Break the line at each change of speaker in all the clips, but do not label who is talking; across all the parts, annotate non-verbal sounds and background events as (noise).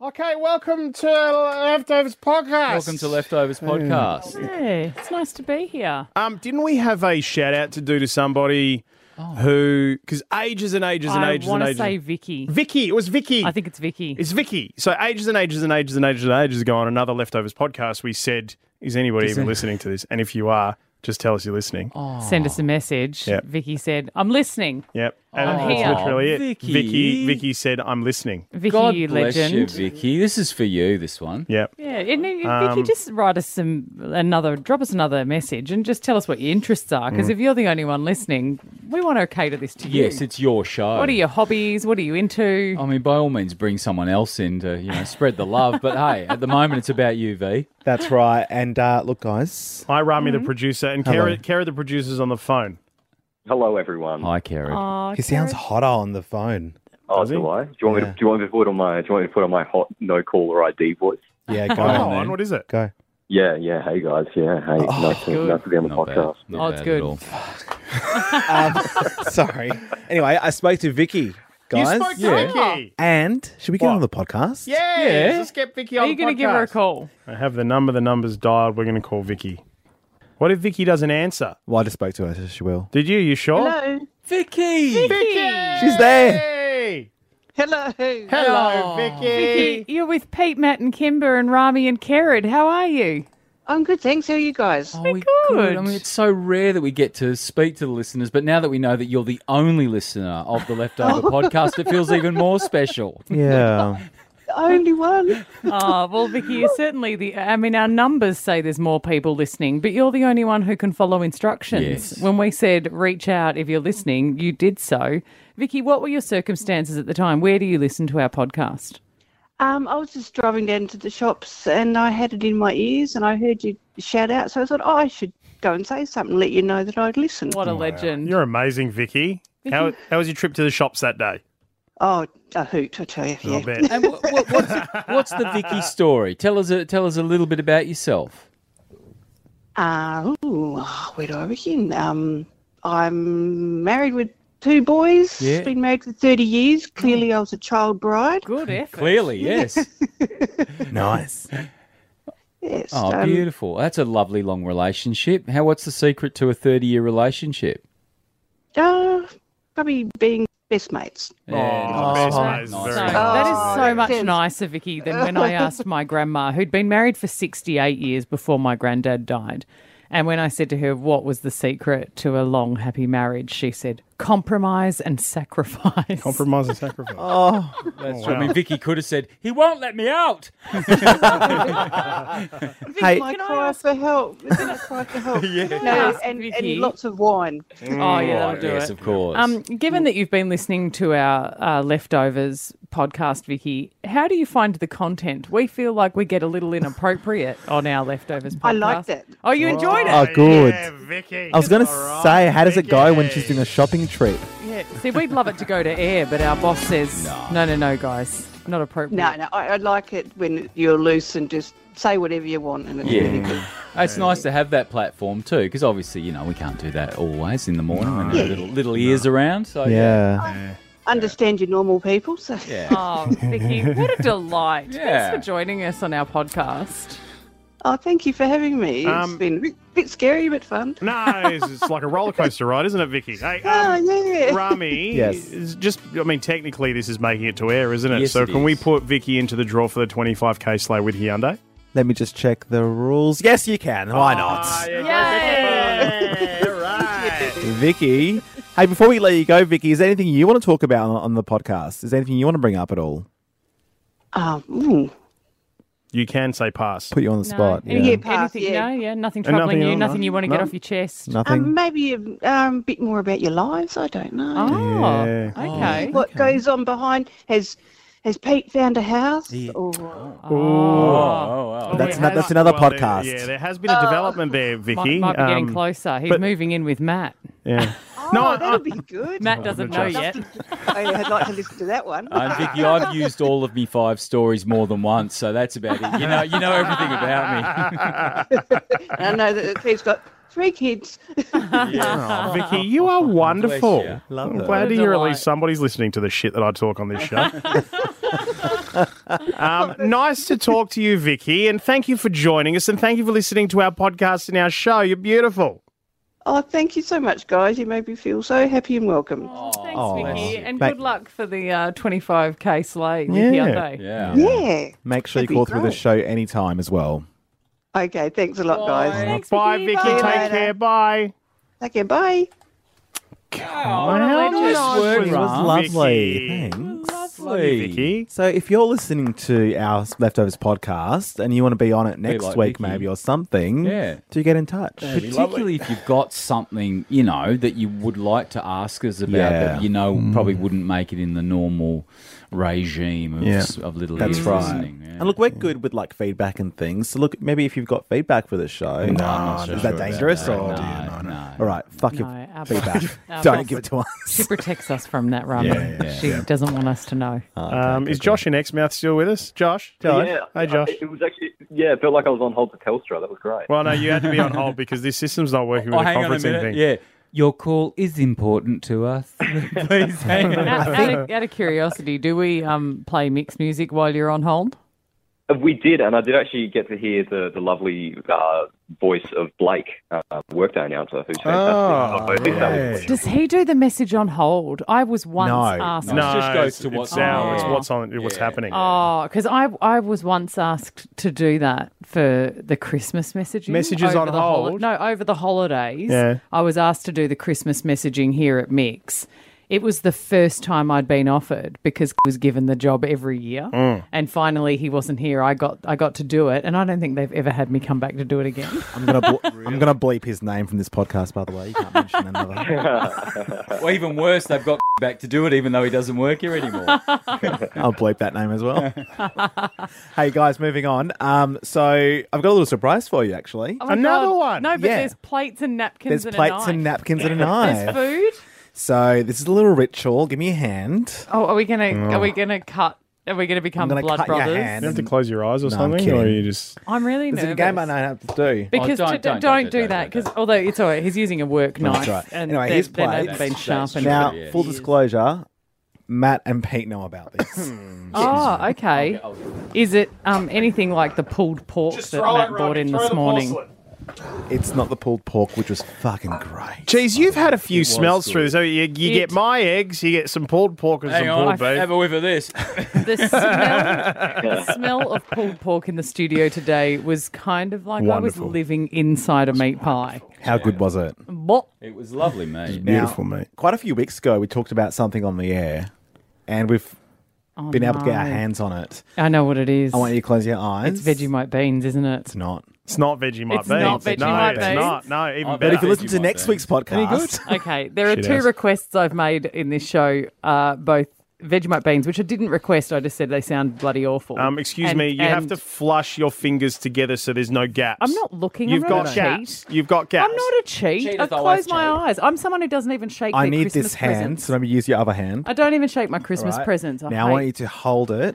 Okay, welcome to Leftovers Podcast.
Welcome to Leftovers Podcast.
Hey, it's nice to be here.
Um, didn't we have a shout out to do to somebody who, because ages and ages and
I
ages and
want to
ages.
say Vicky.
Vicky, it was Vicky.
I think it's Vicky.
it's Vicky. So ages and ages and ages and ages and ages ago on another Leftovers Podcast, we said, "Is anybody even listening to this?" And if you are, just tell us you're listening.
Send us a message.
Yep.
Vicky said, "I'm listening."
Yep, and
I'm
that's
here.
literally it.
Vicky.
Vicky, Vicky said, "I'm listening."
Vicky,
God
you
bless you,
legend.
Vicky. This is for you. This one.
Yep.
Yeah, and, and Vicky, just write us some another, drop us another message, and just tell us what your interests are. Because if you're the only one listening, we want to cater this to you.
Yes, Oh, it's your show.
What are your hobbies? What are you into?
I mean, by all means, bring someone else in to you know spread the love. But hey, at the moment, it's about you, V.
That's right. And uh, look, guys,
Hi, Rami, the producer, and Kara, Kara, the producer's on the phone.
Hello, everyone.
Hi, Kerry.
Oh,
he sounds hotter on the phone.
oh,
Does he?
do I? Do you want me to? Do you want me to put on my? Do you want me to put on my hot no caller ID voice?
Yeah, go
Come
on,
on, what is it?
go.
Yeah, yeah. Hey guys. Yeah. Hey.
Oh,
nice, to, nice to be on the
Not bad.
podcast.
Not bad
Oh, it's
at
good.
all.
Um, sorry. Anyway, I spoke to Vicky, guys.
you spoke to
yeah.
Vicky.
And should we get
What?
on the podcast?
Yeah,
Yeah.
let's get Vicky on
are you
the
going to give her a
podcast.
call?
I have the number, the number's dialed. We're going to call Vicky. What if Vicky doesn't answer?
Well, I just spoke to her, so she will.
Did you? You sure?
Vicky.
Vicky!
She's there.
Hey!
Hello.
Hello,
Oh.
Vicky.
You're with Pete, Matt, and Kimber, and Rami and Kerrod. How are you?
I'm good, thanks. How are you guys?
Oh, we
good.
I mean, it's so rare that we get to speak to the listeners, but now that we know that you're the only listener of the (laughs) Leftover podcast, it feels even more special.
Yeah.
(laughs)
Only one.
Oh, well, Vicky, you're certainly the. I mean, our numbers say there's more people listening, but you're the only one who can follow instructions.
Yes.
When we said reach out if you're listening, you did so. Vicky, what were your circumstances at the time? Where do you listen to our podcast?
Um, I was just driving down to the shops and I had it in my ears and I heard you shout out. So I thought, oh, I should go and say something, let you know that I'd listened.
What a legend.
You're amazing, Vicky. How, how was your trip to the shops that day?
Oh, a hoot, I tell you.
I'll
Yeah.
bet.
And wha- wha- what's, the, what's the Vicky story? Tell us, a, tell us a little bit about yourself.
Uh, ooh, where do I begin? Um, I'm married with two boys.
Yeah.
Been married for 30 years. Clearly, I was a child bride.
Good effort.
Clearly, yes. (laughs)
nice.
Yes.
Oh,
um,
beautiful. That's a lovely long relationship. How what's the secret to a 30-year relationship?
uh, probably being best mates.
Oh, best mates. Very
nice.
So,
Oh,
nice.
that is so
Nice.
much
Sense.
nicer, Vicky, than when I asked my grandma, who'd been married for 68 years before my granddad died. And when I said to her, What was the secret to a long, happy marriage? She said, Compromise and sacrifice.
Compromise and sacrifice. wow.
That's I mean, Vicky could have said, "He won't let me (laughs) out."
Hey,
I cry for (laughs) help. Then I cry
(laughs)
for help. No,
Ask
and,
Vicky.
and lots of wine.
oh, yeah, that'll
Oh,
do
yes,
it.
of course.
Um, given that you've been listening to our uh, leftovers podcast, Vicky, how do you find the content? We feel like we get a little inappropriate on our leftovers podcast.
I liked it.
Oh, you enjoyed it?
Oh, good.
Yeah, Vicky.
I was going to say, how does it go when she's
Vicky.
doing a shopping trip?
Yeah. See, we'd love it to go to air, but our boss says, no, no, no, guys, not appropriate.
No, no, I, I like it when you're loose and just say whatever you want, and it's really good.
it's nice to have that platform too, because obviously, you know, we can't do that always in the morning when there are little, little ears around. So
Oh,
Yeah.
Understand your normal people. So
yeah.
Oh, Vicky, what a delight.
Yeah.
Thanks for joining us on our podcast.
(laughs) oh, thank you for having me. It's
Um,
been a bit, bit scary but fun.
No, it's, it's like a roller coaster ride, isn't it, Vicky?
(laughs)
Hey,
Oh
um,
(laughs) yeah.
Rami,
Yes.
is just I mean, technically, this is making it to air, isn't it?
Yes,
so,
it
can we
is.
put Vicky into the draw for the 25k sleigh with Hyundai?
Let me just check the rules. Yes, you can. Why
Ah,
not?
(laughs)
Vicky. Hey, before we let you go, Vicky, is there anything you want to talk about on, on the podcast? Is there anything you want to bring up at all?
Um, ooh.
You can say pass.
Put you on the spot.
Any-
Yeah, pass,
anything,
yeah.
No, yeah, nothing
And nothing
troubling you,
on,
nothing
no?
you want to
No.
get off your chest.
Nothing.
Um, maybe um, a bit more about your lives. I don't know.
Oh,
Yeah.
okay.
What goes on behind? Has Has Pete found a house? Or
Oh.
Oh, wow.
That's
it
not-
has-
that's another
Well, there-
podcast.
yeah, there has been a development there, Vicky.
Oh, Might, might be getting
Um,
closer. He's
but-
moving in with Matt.
Yeah.
(laughs)
oh,
No, I-
that'll be Oh, good.
Matt doesn't know yet.
(laughs) I, would like to listen to that one.
And Vicky, I've used all of me five stories more than once, so that's about it. You know, you know everything (laughs) about me.
I know that Pete's got three kids. (laughs)
Oh, Vicky, you are wonderful.
you.
Love
I'm
that.
glad to
What a
hear at
delight.
(laughs)
least somebody's listening to the shit that I talk on this show. Um, nice to talk to you, Vicky, and thank you for joining us, and thank you for listening to our podcast and our show. You're beautiful.
Oh, thank you so much, guys. You made me feel so happy and welcome.
Thanks,
Oh,
Vicky,
bless you.
and
Mate.
good luck for the uh, 25k sleigh with
Yeah.
the other day.
Yeah.
Yeah.
Make sure you
That'd be
call through the
great.
show anytime as well.
Okay. Thanks a lot, guys.
Thanks,
Bye, Vicky.
Vicky.
Take
Bye.
care. Bye.
Okay. Bye.
How
legend.
nice
Nice
was
work, Ron.
Vicky?
Thanks.
Lovely, Vicky.
So if you're listening to our leftovers podcast and you want to be on it next
like
week,
Vicky.
maybe or something,
Yeah.
do get in touch.
Particularly if you've got something, you know, that you would like to ask us about
Yeah. Mm.
that you know probably wouldn't make it in the normal regime of,
Yeah.
of Little
That's
Ears
right.
listening. Yeah.
And look, we're good with like feedback and things. So look, maybe if you've got feedback for the show,
not so
is
sure
that
about
dangerous
that.
or?
No, no.
All right, fuck
No,
your
our
feedback.
boss- our
(laughs) Don't
boss-
give it to us.
(laughs) She protects us from that, Rama.
Yeah,
yeah,
she doesn't want us to know.
Oh,
Um, is Josh in Exmouth still with us? Josh? Josh?
Yeah,
Hey, Josh.
It, it was actually yeah, it felt like I was on hold to Telstra. That was great.
Well, no, you had to be on hold because this system's not working with
Oh,
the
hang on a
conferencing
minute.
thing.
Yeah. Your call is important to us. (laughs) Please hang (laughs) on.
Out, out of, out of curiosity, do we um, play mixed music while you're on hold?
We did, and I did actually get to hear the the lovely uh, voice of Blake, uh, workday announcer,
Ah,
who's fantastic. I think that was
yeah.
Does he do the message on hold? I was once
No,
asked.
No,
It just goes
it's-
to what's
it's our-
on.
It's what's on. What's happening?
Oh, because I I was once asked to do that for the Christmas messaging.
Messages
over
on
the holi-
hold?
no, over the holidays.
Yeah.
I was asked to do the Christmas messaging here at Mix. It was the first time I'd been offered because I was given the job every year,
Mm.
and finally he wasn't here. I got I got to do it, and I don't think they've ever had me come back to do it
(laughs)
again.
I'm gonna ble- I'm gonna bleep his name from this podcast. By the way, you can't mention
(laughs)
another.
Well, even worse, they've got (laughs) back to do it, even though he doesn't work here (laughs) anymore.
I'll bleep that name as well. (laughs) hey guys, moving on. Um, so I've got a little surprise for you. Actually,
Oh my
Another
God.
one.
No, but
Yeah.
there's plates and napkins.
there's
and a
plates and
knife.
napkins and a
(laughs)
knife.
There's food.
So this is a little ritual. Give me a hand.
Oh, are we gonna are we gonna cut? Are we gonna become
Mm. I'm gonna
blood
cut
brothers?
your hand.
You have to close your eyes or
No, I'm
something, or
kidding.
you just
I'm really
There's
nervous.
a game I know how to do.
Because
Oh, don't-
to-
don't-
don't,
don't do
do
that,
that. Because
don't.
although it's all right, he's using a work knife.
right.
And
Anyway,
they-
his
then it's
plates.
been sharpened.
Now,
Yeah.
full disclosure, Matt and Pete know about this.
oh, okay. Is it um, anything like the pulled pork that Matt brought in this morning?
it's not the pulled pork, which was fucking great.
Jeez, you've had a few
was
smells
good.
through this. So you, you get
It-
my eggs, you get some pulled pork and
hang
some
on,
pulled beef.
have a whiff of this. (laughs)
The smell, the smell of pulled pork in the studio today was kind of like I
Wonderful.
was living inside a meat pie.
How good was it?
What?
It was lovely, mate.
Beautiful, mate.
Quite a few weeks ago, we talked about something on the air, and we've been able to get our
Oh, no.
hands on it.
I know what it is.
I want you to close your eyes.
It's Vegemite beans, isn't it?
It's not.
It's not Vegemite
It's
beans.
not
no,
Vegemite
it's
beans.
not. No, even
I
better.
bet
But if you listen to
Vegemite
next
beans.
week's podcast,
Okay, there are
Shit
two
house.
requests I've made in this show, uh, both Vegemite beans, which I didn't request. I just said they sound bloody awful.
um, excuse
And-
me, you have
and
to flush your fingers together so there's no gaps.
I'm not looking.
You've
I'm
got
not a cheat.
gaps. You've got gaps.
I'm not a cheat.
Cheaters
I
always
close my
cheat.
eyes. I'm someone who doesn't even shake.
I
their
need
Christmas
this hand.
presents.
So maybe use your other hand.
I don't even shake my Christmas
Right.
presents. I
now I want
hate-
you to hold it.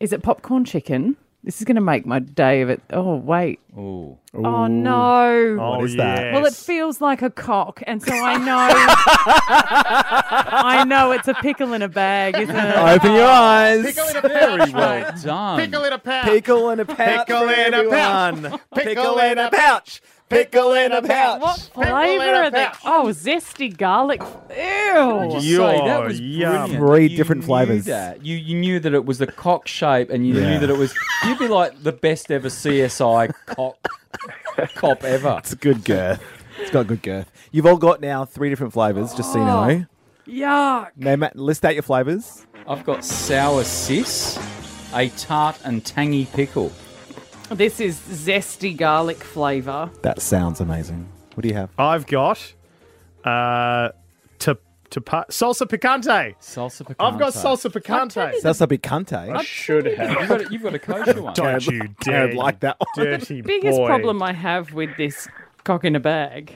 Is it popcorn chicken? This is going to make my day of it. Oh wait.
Ooh.
Oh no.
Oh,
is that?
yes.
Well, it feels like a cock, and so I know. I know it's a pickle in a bag, isn't it?
Open your eyes.
Very (laughs) well done.
in a pouch.
Pickle in a pouch.
Pickle
for
in a pouch.
everyone.
Pickle in a
pouch. Pickle in a pouch.
What
in
flavour
a
are they?
pouch.
Oh, zesty garlic. Ew.
Say, that
You're
was
yum.
brilliant.
Three
You
different
knew
flavours.
that. You you knew that it was the cock shape, and you
Yeah.
knew that it was. You'd be like the best ever CSI cock cop ever.
It's a good girth. It's got good girth. You've all got now three different flavors, just so you know.
Yuck.
Name it, list out your flavors.
I've got sour sis, a tart and tangy pickle.
This is zesty garlic flavour.
That sounds amazing. What do you have?
I've got uh, to, to salsa picante.
Salsa picante.
I've got salsa picante.
That's a picante.
should have.
You've got a, you've got a kosher one.
Don't you dare
I'd like that one.
dirty
Biggest
boy.
problem I have with this cock in
(laughs)
a bag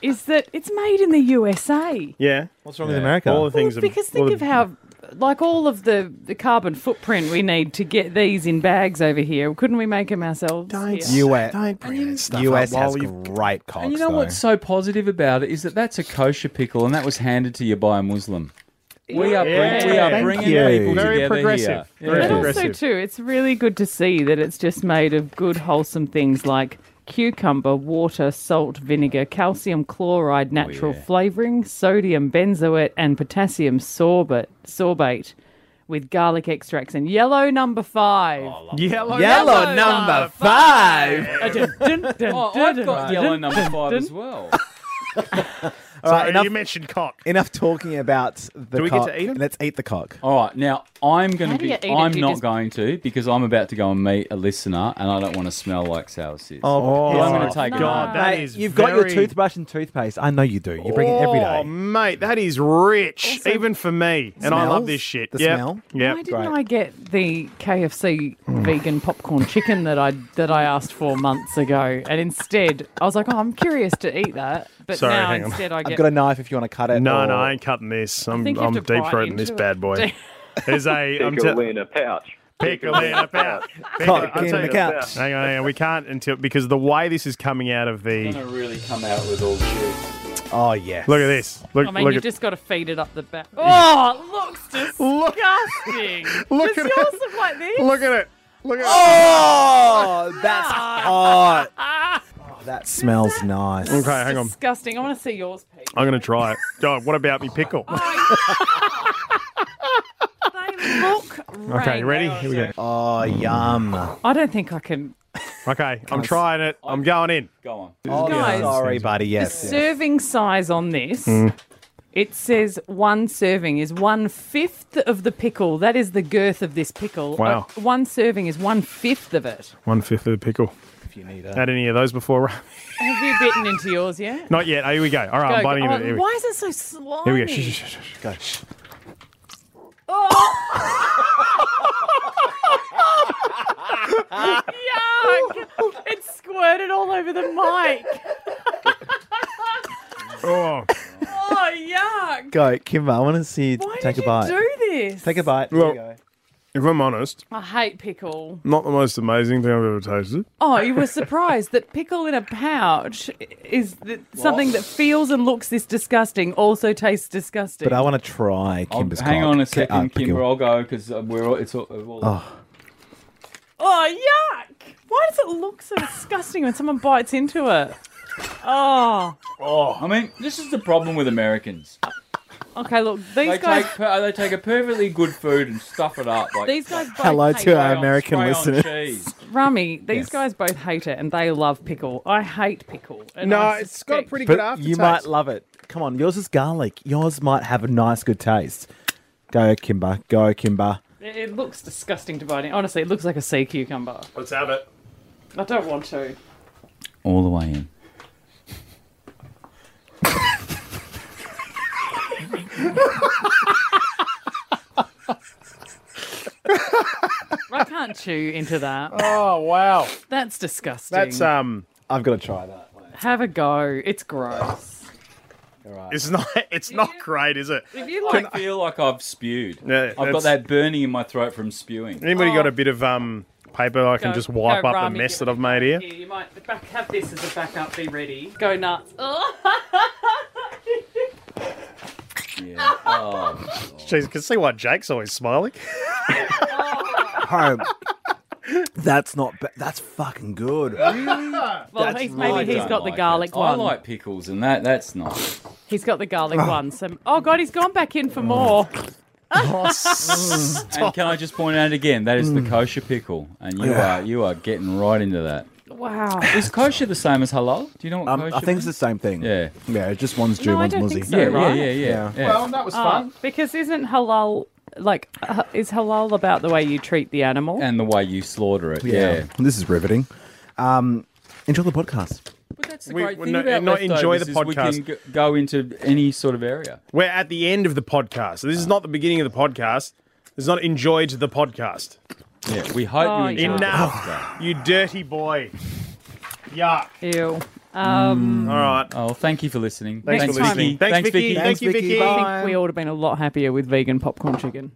is that it's made in the USA.
Yeah,
What's wrong with America?
all the things. are-
Because
all
think
the-
of how, like, all of the, the carbon footprint we need to get these in bags over here. Couldn't we make them ourselves? here?
Don't
US,
Don't bring that stuff
US
up while
has
you've
great cocks.
And you know
though.
what's so positive about it is that that's a kosher pickle, and that was handed to you by a Muslim. We are, bring, we are
Thank
bringing
you.
people
Very
together
progressive.
here.
Very
But
progressive.
also too, it's really good to see that it's just made of good, wholesome things like cucumber, water, salt, vinegar, calcium
Oh,
chloride, natural
yeah.
flavoring, sodium benzoate, and potassium sorbate. Sorbate. With garlic extracts and yellow number five.
Oh, Yellow.
Yellow number five.
Oh, I've got yellow number five as well.
All right,
Sorry,
enough,
you mentioned cock.
enough talking about the
Do we get
cock.
to eat 'em?
Let's eat the cock.
All right, now I'm going
How
to
do you eat
be.
it?
I'm
Do you
not
just-
going to because I'm about to go and meet a listener, and I don't want to smell like sour sis.
Oh,
I'm gonna take
God,
it.
that
Mate,
is
you've got
very-
your toothbrush and toothpaste. I know you do. You bring it every
Oh,
day.
mate, that is rich, even for me. And I love
Smells?
this shit.
The
Yep.
smell?
Yep.
Why didn't
great.
I get the KFC vegan popcorn chicken that I that I asked for months ago? And instead, I was like, "Oh, I'm curious to eat that," but
Sorry,
now
hang on.
instead I get
I've got a knife if you want to cut it.
No,
or-
no, I ain't cutting this. I'm,
think you
I'm
have to bite
deep throating this
into it. (laughs)
bad boy. There's a I'm
Pickle
te-
in a pouch.
pickle in a (laughs) pouch. Pickle-
Cock
I'll
in
tell
the
you-
couch.
Hang on, hang on. We can't until because the way this is coming out of the
going to really come out with all shit.
Oh, yes.
look at this. Look,
I
(laughs)
mean,
look
you
at
just got to feed it up
(laughs)
the back. Oh, it looks disgusting.
Look
Does
at
yours
it.
look like this?
look at it. Look at
Oh,
(laughs)
that's hot. Oh, that smells nice.
it. Okay, hang on.
disgusting. I want to see yours, Pete.
I'm gonna try it. God, what about me
(laughs)
pickle? (laughs)
They look rank.
Okay, you ready? Here we go.
Oh, yum.
I don't think I can.
Okay, I'm trying it. I'm going in.
Go on.
Oh,
Guys.
sorry, buddy. Yes. yes.
Serving size on this.
Mm.
It says one serving is one fifth of the pickle. That is the girth of this pickle.
Wow.
Uh, one serving is one fifth of it.
One fifth of the pickle.
If you need it.
Had any of those before? (laughs)
Have you bitten into yours yet?
Not yet. Oh, here we go. All right, I'm
Go-
biting
oh,
into it. Here we-
why is it so slimy?
Here we go. Shh, shh, shh, shh.
Go.
Yuck! it squirted all over the mic.
Oh,
Oh, yuck!
Go, Kimber. I want to see you
Why
take
did
a bite.
you do this?
Take a bite. Here
Well-
you go.
if I'm honest,
I hate pickle.
not the most amazing thing I've ever tasted.
Oh, you were surprised that pickle in a pouch is th- something that feels and looks this disgusting also tastes disgusting.
But I want to try
I'll-
Kimber's
hang
cock.
on a
Ki- uh,
second,
pickle.
Kimber. I'll go because we're all, it's all. all
oh, yuck! Why does it look so disgusting when someone bites into it? Oh,
I mean, this is the problem with Americans.
okay. Look, these
They
guys,
take per, they take a perfectly good food and stuff it up like
these guys both
Hello
hate
to
it.
our American
spray on
listeners.
cheese.
Rummy, these
Yes.
guys both hate it and they love pickle. I hate pickle. and
No,
I
it's got a
suspect-
pretty good
But
aftertaste.
you might love it. Come on, yours is garlic. Yours might have a nice, good taste. Go, Kimber. Go, Kimber.
It it looks disgusting to bite in. Honestly, it looks like a sea cucumber.
Let's have it.
I don't want to.
All the way in.
I can't chew into (laughs) that.
Oh wow,
That's uh, disgusting.
that's um.
I've got to try that.
Have a go. It's gross.
It's not. (laughs) It's not great, is it?
If you
I
like,
feel like I've spewed.
Yeah,
I've
that's-
got that burning in my throat from spewing.
Anybody got a bit of um paper I can
Oh. Go-
just wipe
go
up
Rami,
the mess
give
that I've made here?
you might back, have this as a backup. Be ready. Go nuts. Ugh.
Yeah. Oh,
Jeez, I can see why Jake's always smiling.
Home. that's not. Ba- that's fucking good.
Well,
That's
he's,
I
maybe he's
don't
got the
like
garlic
it.
one.
I like pickles, and that that's nice.
He's got the garlic one. So, oh god, he's gone back in for more.
And can I just point out again that is the
Hmm.
kosher pickle, and you are you are getting right into that.
Wow.
Is kosher the same as halal? Do you know what
Um,
kosher?
I think it's the same thing.
Yeah.
Yeah, just one's Jew,
No, I
one's
don't
Muzzy.
think so.
yeah,
right?
yeah, yeah, yeah,
Yeah.
yeah.
that was
Oh, because isn't halal like uh, is halal about the way you treat the animal?
and the way you slaughter it. Yeah.
This is riveting. Um, enjoy the podcast.
But that's the
We-
great
we're
thing
not-
about
not enjoy
leftovers
the
is We can g- go into any sort of area.
We're at the end of the podcast. This is not the beginning of the podcast. It's not enjoyed the podcast.
Yeah. We hope
Oh,
you enjoy
yeah.
Enough, you dirty boy. Yuck.
Ew. Um,
All right.
Oh, thank you for listening.
Thanks, for
time.
listening. Thanks, Vicky.
Vicky.
Thank you,
Thanks, Vicky.
Vicky.
Bye.
I think we all would have been a lot happier with vegan popcorn chicken.